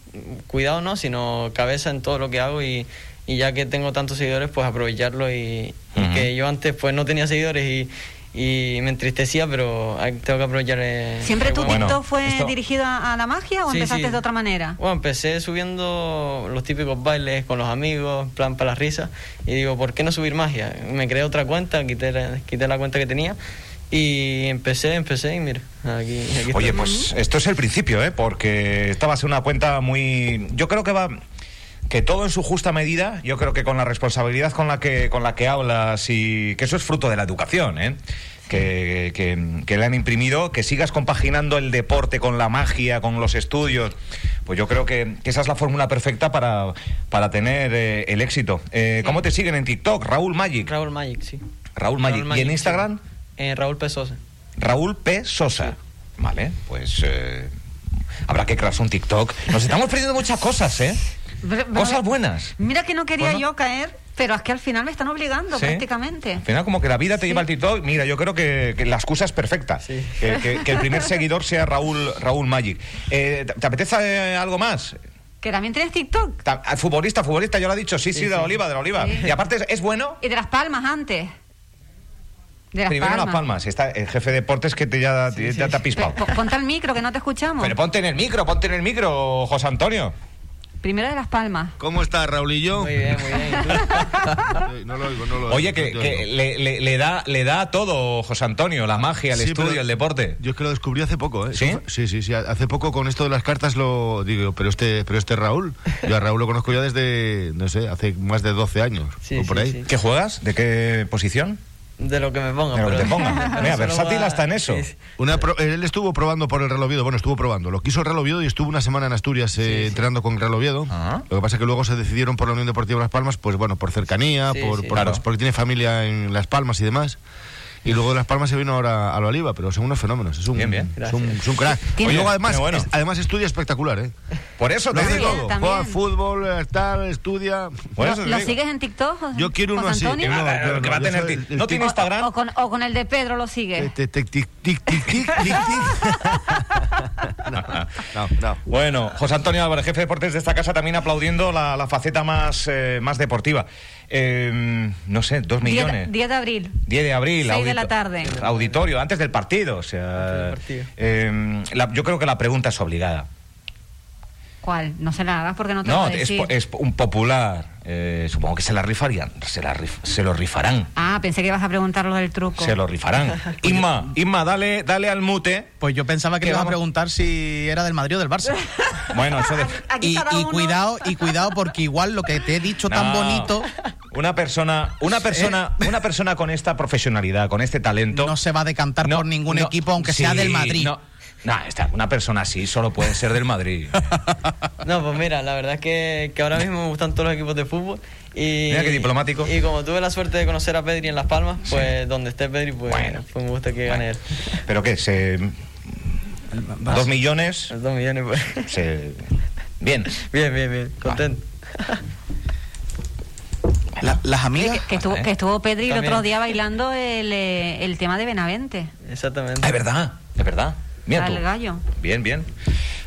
[SPEAKER 3] cuidado, ¿no? Sino cabeza en todo lo que hago y, y ya que tengo tantos seguidores, pues aprovecharlo y, y
[SPEAKER 1] Ujú.
[SPEAKER 3] que yo antes pues no tenía seguidores y, y me entristecía, pero hay- tengo que aprovechar... eh,
[SPEAKER 2] ¿Siempre
[SPEAKER 3] el
[SPEAKER 2] tu
[SPEAKER 3] buen-
[SPEAKER 1] Bueno,
[SPEAKER 2] TikTok fue
[SPEAKER 1] esto-
[SPEAKER 2] dirigido a, a la magia o
[SPEAKER 3] Sí,
[SPEAKER 2] empezaste
[SPEAKER 3] sí.
[SPEAKER 2] de otra manera?
[SPEAKER 3] Bueno, empecé subiendo los típicos bailes con los amigos, en plan para las risas, y digo, ¿por qué no subir magia? Me creé otra cuenta, quité la, quité la cuenta que tenía y empecé, empecé y mira, aquí, aquí
[SPEAKER 1] Oye,
[SPEAKER 3] estoy.
[SPEAKER 1] pues esto es el principio, ¿eh? Porque esta va a ser una cuenta muy... Yo creo que va... Que todo en su justa medida, yo creo que con la responsabilidad con la que, con la que hablas y que eso es fruto de la educación, ¿eh? Que, que- que le han imprimido, que sigas compaginando el deporte con la magia, con los estudios. Pues yo creo que, que esa es la fórmula perfecta para, para tener eh, el éxito. Eh, ¿Cómo te siguen en TikTok? Raúl Magic.
[SPEAKER 3] Raúl Magic, sí.
[SPEAKER 1] Raúl Magic. ¿Y en
[SPEAKER 3] sí.
[SPEAKER 1] Instagram?
[SPEAKER 3] Eh, Raúl Pesosa.
[SPEAKER 1] Raúl P. Sosa. Vale, pues eh, habrá que crearse un TikTok. Nos estamos perdiendo muchas cosas, ¿eh?
[SPEAKER 2] Pero- pero-
[SPEAKER 1] Cosas buenas.
[SPEAKER 2] Mira que no quería
[SPEAKER 1] Bueno.
[SPEAKER 2] yo caer, pero es que al final me están obligando
[SPEAKER 1] Sí.
[SPEAKER 2] prácticamente.
[SPEAKER 1] Al final, como que la vida te lleva al TikTok. Mira, yo creo que, que la excusa es perfecta.
[SPEAKER 3] Sí.
[SPEAKER 1] Que, que- que el primer seguidor sea Raúl, Raúl Magic. Eh, ¿Te te apetece eh, algo más?
[SPEAKER 2] Que también tienes TikTok.
[SPEAKER 1] Ta- al Futbolista, futbolista, yo lo he dicho. Sí, sí, de la oliva, de la oliva.
[SPEAKER 2] Sí.
[SPEAKER 1] Y aparte, ¿es- ¿es bueno?
[SPEAKER 2] Y de las palmas antes. De las
[SPEAKER 1] Primero
[SPEAKER 2] palmas.
[SPEAKER 1] Las Palmas. Está el jefe de deportes que te ya, te- ya te ha
[SPEAKER 2] Pero
[SPEAKER 1] pispado.
[SPEAKER 2] po- ponte al micro que no te escuchamos.
[SPEAKER 1] Pero ponte en el micro, ponte en el micro, José Antonio.
[SPEAKER 2] Primero de las palmas.
[SPEAKER 5] ¿Cómo está Raulillo?
[SPEAKER 3] Muy bien, muy bien. ¿Y tú?
[SPEAKER 5] Eh, No lo oigo, no lo oigo.
[SPEAKER 1] Oye, que,
[SPEAKER 5] no te
[SPEAKER 1] que
[SPEAKER 5] oigo.
[SPEAKER 1] le, le- le da, le da a todo, José Antonio, la magia, el
[SPEAKER 5] Sí,
[SPEAKER 1] estudio,
[SPEAKER 5] pero
[SPEAKER 1] el deporte.
[SPEAKER 5] Yo es que lo descubrí hace poco, ¿eh?
[SPEAKER 1] ¿Sí?
[SPEAKER 5] Eso fue- Sí, sí, sí. Hace poco con esto de las cartas lo digo, pero este, pero este Raúl, yo a Raúl lo conozco ya desde, no sé, hace más de 12 años.
[SPEAKER 3] Sí,
[SPEAKER 5] o por
[SPEAKER 3] sí,
[SPEAKER 5] ahí.
[SPEAKER 3] sí.
[SPEAKER 1] ¿Qué juegas? ¿De qué posición?
[SPEAKER 3] De lo que me ponga.
[SPEAKER 1] De lo que
[SPEAKER 3] pero-
[SPEAKER 1] te ponga.
[SPEAKER 3] pero
[SPEAKER 1] Mira,
[SPEAKER 3] solo
[SPEAKER 1] versátil
[SPEAKER 3] va-
[SPEAKER 1] hasta en eso.
[SPEAKER 3] sí, sí.
[SPEAKER 5] Una pro- él estuvo probando por el Real Oviedo, bueno, estuvo probando. Lo quiso el Real Oviedo y estuvo una semana en Asturias eh, entrenando con el Real Oviedo.
[SPEAKER 1] Ajá.
[SPEAKER 5] Lo que pasa es que luego se decidieron por la Unión Deportiva Las Palmas, pues bueno, por cercanía,
[SPEAKER 3] Sí,
[SPEAKER 5] por,
[SPEAKER 3] sí.
[SPEAKER 5] por-
[SPEAKER 1] Claro.
[SPEAKER 5] porque tiene familia en Las Palmas y demás. Y luego de Las Palmas se vino ahora a la Oliva, pero son unos fenómenos. Es un,
[SPEAKER 1] Bien, bien.
[SPEAKER 5] Es un, es un crack.
[SPEAKER 2] Tiene-
[SPEAKER 5] y luego además,
[SPEAKER 1] pero bueno.
[SPEAKER 5] es- además estudia espectacular, ¿eh?
[SPEAKER 1] Por eso te
[SPEAKER 5] Lo hace
[SPEAKER 1] digo.
[SPEAKER 2] También,
[SPEAKER 5] todo.
[SPEAKER 2] también.
[SPEAKER 5] Juega al fútbol, eh, tal, estudia.
[SPEAKER 1] Por
[SPEAKER 2] ¿Lo,
[SPEAKER 1] eso te
[SPEAKER 2] lo
[SPEAKER 1] digo.
[SPEAKER 2] sigues en TikTok? José-
[SPEAKER 5] Yo quiero uno
[SPEAKER 2] José
[SPEAKER 5] así.
[SPEAKER 1] Que va,
[SPEAKER 2] Antonio?
[SPEAKER 5] No, yo
[SPEAKER 1] que
[SPEAKER 5] no,
[SPEAKER 1] va a
[SPEAKER 5] yo
[SPEAKER 1] tener
[SPEAKER 5] soy
[SPEAKER 1] tic-
[SPEAKER 5] el
[SPEAKER 1] No
[SPEAKER 5] tic-
[SPEAKER 1] tiene
[SPEAKER 2] O-
[SPEAKER 1] Instagram. Este,
[SPEAKER 2] O, con, o con el de Pedro lo sigues.
[SPEAKER 5] Tic, tic, tic, tic, tic, tic, tic, tic. No, no, no.
[SPEAKER 1] Bueno, José Antonio Álvarez, jefe de deportes de esta casa, también aplaudiendo la, la faceta más, eh, más deportiva. Eh, no sé, dos
[SPEAKER 2] 10
[SPEAKER 1] millones. 10,
[SPEAKER 2] de abril.
[SPEAKER 1] de abril.
[SPEAKER 2] Seis de
[SPEAKER 1] audito-
[SPEAKER 2] la tarde.
[SPEAKER 1] Auditorio, antes del partido. O sea,
[SPEAKER 3] Antes del partido.
[SPEAKER 1] eh, la- yo creo que la pregunta es obligada.
[SPEAKER 2] ¿Cuál? No se la hagas porque no te lo
[SPEAKER 1] No,
[SPEAKER 2] voy a
[SPEAKER 1] es,
[SPEAKER 2] decir.
[SPEAKER 1] po- es un popular. eh, supongo que se la rifarían. Se, la rif- se lo rifarán.
[SPEAKER 2] Ah, pensé que ibas a preguntar lo del truco.
[SPEAKER 1] Se lo rifarán. Inma, Inma, dale, dale al mute.
[SPEAKER 4] Pues yo pensaba que
[SPEAKER 1] Que
[SPEAKER 4] le iba a
[SPEAKER 1] vamos-
[SPEAKER 4] preguntar si era del Madrid o del Barça.
[SPEAKER 1] Bueno, eso de...
[SPEAKER 2] Aquí
[SPEAKER 4] Y,
[SPEAKER 2] cada
[SPEAKER 4] y
[SPEAKER 2] uno-
[SPEAKER 4] cuidado, y cuidado, porque igual lo que te he dicho tan
[SPEAKER 1] No.
[SPEAKER 4] bonito
[SPEAKER 1] Una persona, una persona, una persona con esta profesionalidad, con este talento.
[SPEAKER 4] no se va a decantar
[SPEAKER 1] No,
[SPEAKER 4] por ningún
[SPEAKER 1] no,
[SPEAKER 4] equipo, aunque sea
[SPEAKER 1] sí,
[SPEAKER 4] del Madrid.
[SPEAKER 1] No, no, esta- una persona así solo puede ser del Madrid.
[SPEAKER 3] No, pues mira, la verdad es que, que ahora mismo me gustan todos los equipos de fútbol. Y,
[SPEAKER 1] Mira qué diplomático.
[SPEAKER 3] Y como tuve la suerte de conocer a Pedri en Las Palmas, pues donde esté Pedri, pues,
[SPEAKER 1] Bueno.
[SPEAKER 3] pues me gusta que gane él.
[SPEAKER 1] ¿Pero qué? Se, dos millones.
[SPEAKER 3] Los dos millones, pues.
[SPEAKER 1] se- bien.
[SPEAKER 3] Bien, bien, bien. Contento.
[SPEAKER 4] La- las
[SPEAKER 2] Que,
[SPEAKER 4] amigas.
[SPEAKER 2] que- que
[SPEAKER 1] Ah,
[SPEAKER 2] estuvo, que
[SPEAKER 1] eh.
[SPEAKER 2] estuvo Pedri el otro
[SPEAKER 3] También.
[SPEAKER 2] día bailando el, eh, el tema de Benavente.
[SPEAKER 3] Exactamente.
[SPEAKER 1] Ah, es verdad, es verdad. Mira tú.
[SPEAKER 2] Al gallo.
[SPEAKER 1] Bien, bien.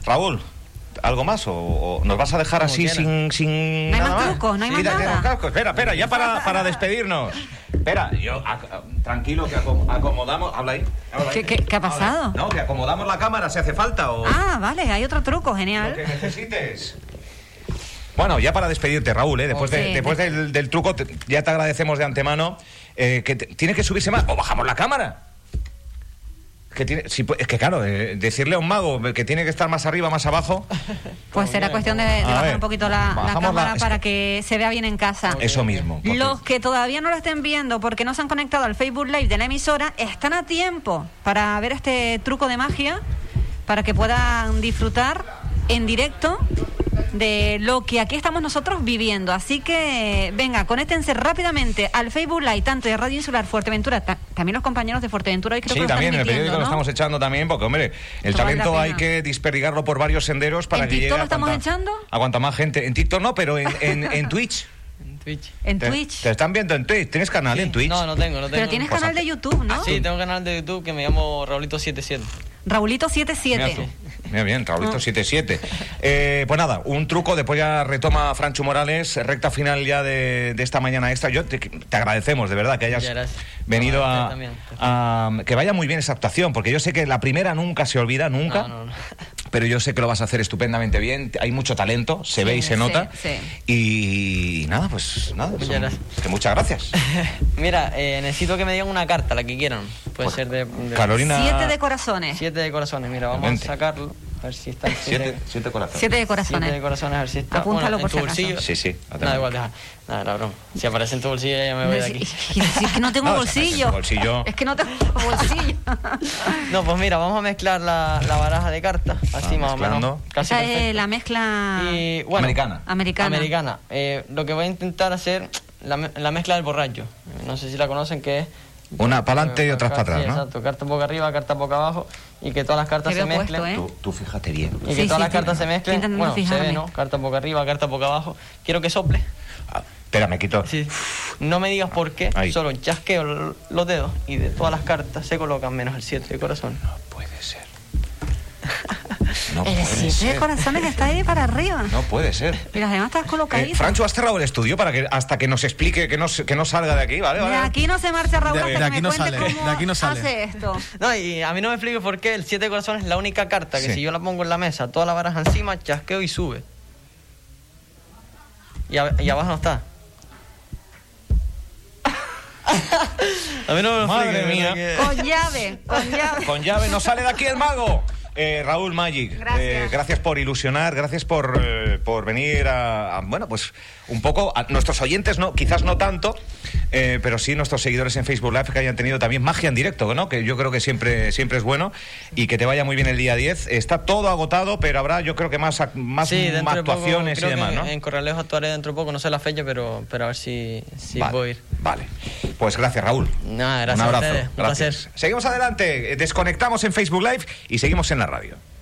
[SPEAKER 1] Raúl, ¿algo más? ¿O, o nos vas a dejar
[SPEAKER 3] Como
[SPEAKER 1] así
[SPEAKER 3] quiera.
[SPEAKER 1] sin, sin
[SPEAKER 2] No hay
[SPEAKER 1] nada
[SPEAKER 2] más trucos, no hay más
[SPEAKER 1] Quítate
[SPEAKER 2] nada.
[SPEAKER 1] los cascos. Espera, espera, ya para, para despedirnos. Espera, yo, ac- tranquilo, que acom- acomodamos... Habla ahí. habla ahí.
[SPEAKER 2] ¿Qué- qué- qué ha
[SPEAKER 1] Habla ahí.
[SPEAKER 2] pasado?
[SPEAKER 1] Ah, No, que acomodamos la cámara si hace falta o
[SPEAKER 2] Ah, vale, hay otro truco,
[SPEAKER 1] lo
[SPEAKER 2] genial.
[SPEAKER 1] que necesites. Bueno, ya para despedirte, Raúl, ¿eh? después, de-
[SPEAKER 2] Sí.
[SPEAKER 1] después del, del truco te- ya te agradecemos de antemano eh, que te- tienes que subirse más o bajamos la cámara. Que tiene- si pu- es que claro, eh, decirle a un mago que tiene que estar más arriba, más abajo,
[SPEAKER 2] Pues será cuestión de, de
[SPEAKER 1] A
[SPEAKER 2] bajar
[SPEAKER 1] ver,
[SPEAKER 2] un poquito la, la
[SPEAKER 1] bajamos la-
[SPEAKER 2] cámara
[SPEAKER 1] es
[SPEAKER 2] para
[SPEAKER 1] que-
[SPEAKER 2] que se vea bien en casa.
[SPEAKER 1] eso mismo. porque-
[SPEAKER 2] Ah. Los que todavía no lo estén viendo porque no se han conectado al Facebook Live de la emisora, están a tiempo para ver este truco de magia, para que puedan disfrutar en directo de lo que aquí estamos nosotros viviendo. Así que, venga, conéctense rápidamente al Facebook Live, tanto de Radio Insular Fuerteventura, ta- también los compañeros de Fuerteventura, hoy creo que
[SPEAKER 1] Sí,
[SPEAKER 2] lo
[SPEAKER 1] también en el
[SPEAKER 2] están
[SPEAKER 1] periódico
[SPEAKER 2] emitiendo,
[SPEAKER 1] lo
[SPEAKER 2] ¿no?
[SPEAKER 1] estamos echando también, porque hombre, el
[SPEAKER 2] Esto vale la
[SPEAKER 1] talento hay
[SPEAKER 2] pena.
[SPEAKER 1] que desperdigarlo por varios senderos para
[SPEAKER 2] ¿En
[SPEAKER 1] que llegue
[SPEAKER 2] TikTok
[SPEAKER 1] a
[SPEAKER 2] lo estamos
[SPEAKER 1] cuanta-
[SPEAKER 2] echando?
[SPEAKER 1] A cuanta más gente. En TikTok no, pero en, en- en Twitch.
[SPEAKER 3] En Twitch.
[SPEAKER 2] En
[SPEAKER 1] Te-
[SPEAKER 2] Twitch.
[SPEAKER 1] Te están viendo en Twitch. ¿Tienes canal en Twitch?
[SPEAKER 3] No, no tengo, no tengo. Ah,
[SPEAKER 2] Pero tienes
[SPEAKER 1] Pues
[SPEAKER 2] canal de
[SPEAKER 1] antes-
[SPEAKER 2] YouTube, ¿no?
[SPEAKER 3] Sí, tengo un canal de YouTube que me llamo Raulito77.
[SPEAKER 1] Mira tú.
[SPEAKER 2] Raulito77.
[SPEAKER 1] Mira bien, Raulito
[SPEAKER 3] Ah.
[SPEAKER 2] No.
[SPEAKER 1] 77. Eh, pues nada, un truco, después ya retoma Francho Morales, recta final ya de, de esta mañana extra. Yo te, te agradecemos, de verdad, que hayas
[SPEAKER 3] Muchas gracias.
[SPEAKER 1] venido
[SPEAKER 3] No, a
[SPEAKER 1] a,
[SPEAKER 3] usted también.
[SPEAKER 1] a- Que vaya muy bien esa actuación, porque yo sé que la primera nunca se olvida, nunca.
[SPEAKER 3] No, no, no.
[SPEAKER 1] Pero yo sé que lo vas a hacer estupendamente bien, hay mucho talento, se
[SPEAKER 2] Sí,
[SPEAKER 1] ve y se
[SPEAKER 2] sí,
[SPEAKER 1] nota.
[SPEAKER 2] sí.
[SPEAKER 1] Y nada, pues nada,
[SPEAKER 3] Muchas
[SPEAKER 1] son-
[SPEAKER 3] gracias.
[SPEAKER 1] que muchas gracias.
[SPEAKER 3] Mira, eh, necesito que me digan una carta, la que quieran. Puede ser de, de-
[SPEAKER 1] Carolina.
[SPEAKER 2] Siete de corazones.
[SPEAKER 3] Siete de corazones, mira, vamos
[SPEAKER 1] Vente.
[SPEAKER 3] a sacarlo. A ver si está el
[SPEAKER 1] Siete, siete corazones.
[SPEAKER 2] Siete de corazones.
[SPEAKER 3] Siete de corazones, a ver si está.
[SPEAKER 2] Apúntalo
[SPEAKER 3] bueno, en
[SPEAKER 2] por
[SPEAKER 3] tu
[SPEAKER 2] si acaso.
[SPEAKER 3] bolsillo.
[SPEAKER 1] Sí, sí, lo tengo.
[SPEAKER 3] Nada, igual, deja. Nada, la broma. Si aparece en tu bolsillo, ya me voy de aquí.
[SPEAKER 2] Si- si es que no tengo
[SPEAKER 1] No, si aparece en
[SPEAKER 2] bolsillo.
[SPEAKER 1] tu bolsillo.
[SPEAKER 2] Es que no tengo bolsillo.
[SPEAKER 3] No, pues mira, vamos a mezclar la, la baraja de cartas. Así
[SPEAKER 1] Ah,
[SPEAKER 3] más o
[SPEAKER 1] mezclando.
[SPEAKER 3] menos. Casi
[SPEAKER 2] Esa es
[SPEAKER 3] perfecto.
[SPEAKER 2] eh, la mezcla
[SPEAKER 3] Y, bueno,
[SPEAKER 1] Americana.
[SPEAKER 2] americana.
[SPEAKER 3] Americana. Eh, lo que voy a intentar hacer, la, me- la mezcla del borracho. No sé si la conocen, que es...
[SPEAKER 1] Una pa'lante y
[SPEAKER 3] Eh,
[SPEAKER 1] otras
[SPEAKER 3] carta-
[SPEAKER 1] para atrás,
[SPEAKER 3] sí,
[SPEAKER 1] ¿no?
[SPEAKER 3] Exacto, carta boca arriba, carta boca abajo, y que todas las cartas
[SPEAKER 2] Te
[SPEAKER 3] se
[SPEAKER 2] veo
[SPEAKER 3] mezclen.
[SPEAKER 2] puesto, ¿eh?
[SPEAKER 1] Tú, tú fíjate bien.
[SPEAKER 3] Y que
[SPEAKER 2] Sí,
[SPEAKER 3] todas
[SPEAKER 2] sí,
[SPEAKER 3] las
[SPEAKER 2] estoy-
[SPEAKER 3] cartas se
[SPEAKER 2] estoy
[SPEAKER 3] mezclen.
[SPEAKER 2] intentando
[SPEAKER 3] Bueno, se
[SPEAKER 2] fijarme.
[SPEAKER 3] ve, ¿no? Carta boca arriba, carta boca abajo. Quiero que sople.
[SPEAKER 1] Ah, espera, me quito.
[SPEAKER 3] Sí. No me digas por qué,
[SPEAKER 1] Ahí.
[SPEAKER 3] solo chasqueo l- los dedos y de todas las cartas se colocan menos el 7 de corazón.
[SPEAKER 1] No puede ser. No
[SPEAKER 2] El
[SPEAKER 1] puede
[SPEAKER 2] siete de
[SPEAKER 3] ¿eh?
[SPEAKER 1] ser.
[SPEAKER 2] corazones está ahí para arriba.
[SPEAKER 1] No puede ser.
[SPEAKER 2] Y las demás estás
[SPEAKER 1] Eh,
[SPEAKER 2] colocaditas.
[SPEAKER 1] Francho, has cerrado el estudio para que hasta que nos explique que no, se- que no salga de aquí, ¿vale?
[SPEAKER 2] de
[SPEAKER 1] ¿Vale?
[SPEAKER 2] aquí no se marcha Raúl
[SPEAKER 4] De-
[SPEAKER 2] hasta
[SPEAKER 4] de
[SPEAKER 2] que
[SPEAKER 4] aquí
[SPEAKER 2] me
[SPEAKER 4] no
[SPEAKER 2] cuente
[SPEAKER 4] sale,
[SPEAKER 2] cómo
[SPEAKER 4] de aquí no sale.
[SPEAKER 2] hace esto.
[SPEAKER 3] No, y a mí no me explico por qué el 7 de corazón es la única carta que
[SPEAKER 1] Sí.
[SPEAKER 3] si yo la pongo en la mesa, toda la baraja encima, chasqueo y sube. Y, a- y abajo no está. a mí no me lo
[SPEAKER 1] Madre
[SPEAKER 3] explico,
[SPEAKER 1] mía.
[SPEAKER 3] de verdad que-
[SPEAKER 2] Con llave, con llave.
[SPEAKER 1] Con llave no sale de aquí el mago. Eh, Raúl Magic,
[SPEAKER 2] Gracias.
[SPEAKER 1] eh, gracias por ilusionar, gracias por, eh, por venir a, a, bueno, pues un poco a nuestros oyentes, no, quizás no tanto, eh, pero sí nuestros seguidores en Facebook Live que hayan tenido también magia en directo, ¿no? Que yo creo que siempre, siempre es bueno y que te vaya muy bien el día 10. Está todo agotado, pero habrá, yo creo que más, ac- más
[SPEAKER 3] Sí, dentro de poco,
[SPEAKER 1] actuaciones
[SPEAKER 3] creo
[SPEAKER 1] y
[SPEAKER 3] que
[SPEAKER 1] demás,
[SPEAKER 3] en-
[SPEAKER 1] ¿no?
[SPEAKER 3] En Corralejo actuaré dentro de poco, no sé la fecha, pero, pero a ver si, si
[SPEAKER 1] vale,
[SPEAKER 3] puedo ir.
[SPEAKER 1] Vale. Pues gracias, Raúl.
[SPEAKER 3] Nada, gracias
[SPEAKER 1] Un
[SPEAKER 3] a
[SPEAKER 1] abrazo.
[SPEAKER 3] ustedes. Un
[SPEAKER 1] Gracias.
[SPEAKER 3] placer.
[SPEAKER 1] Seguimos adelante. Desconectamos en Facebook Live y seguimos en la radio.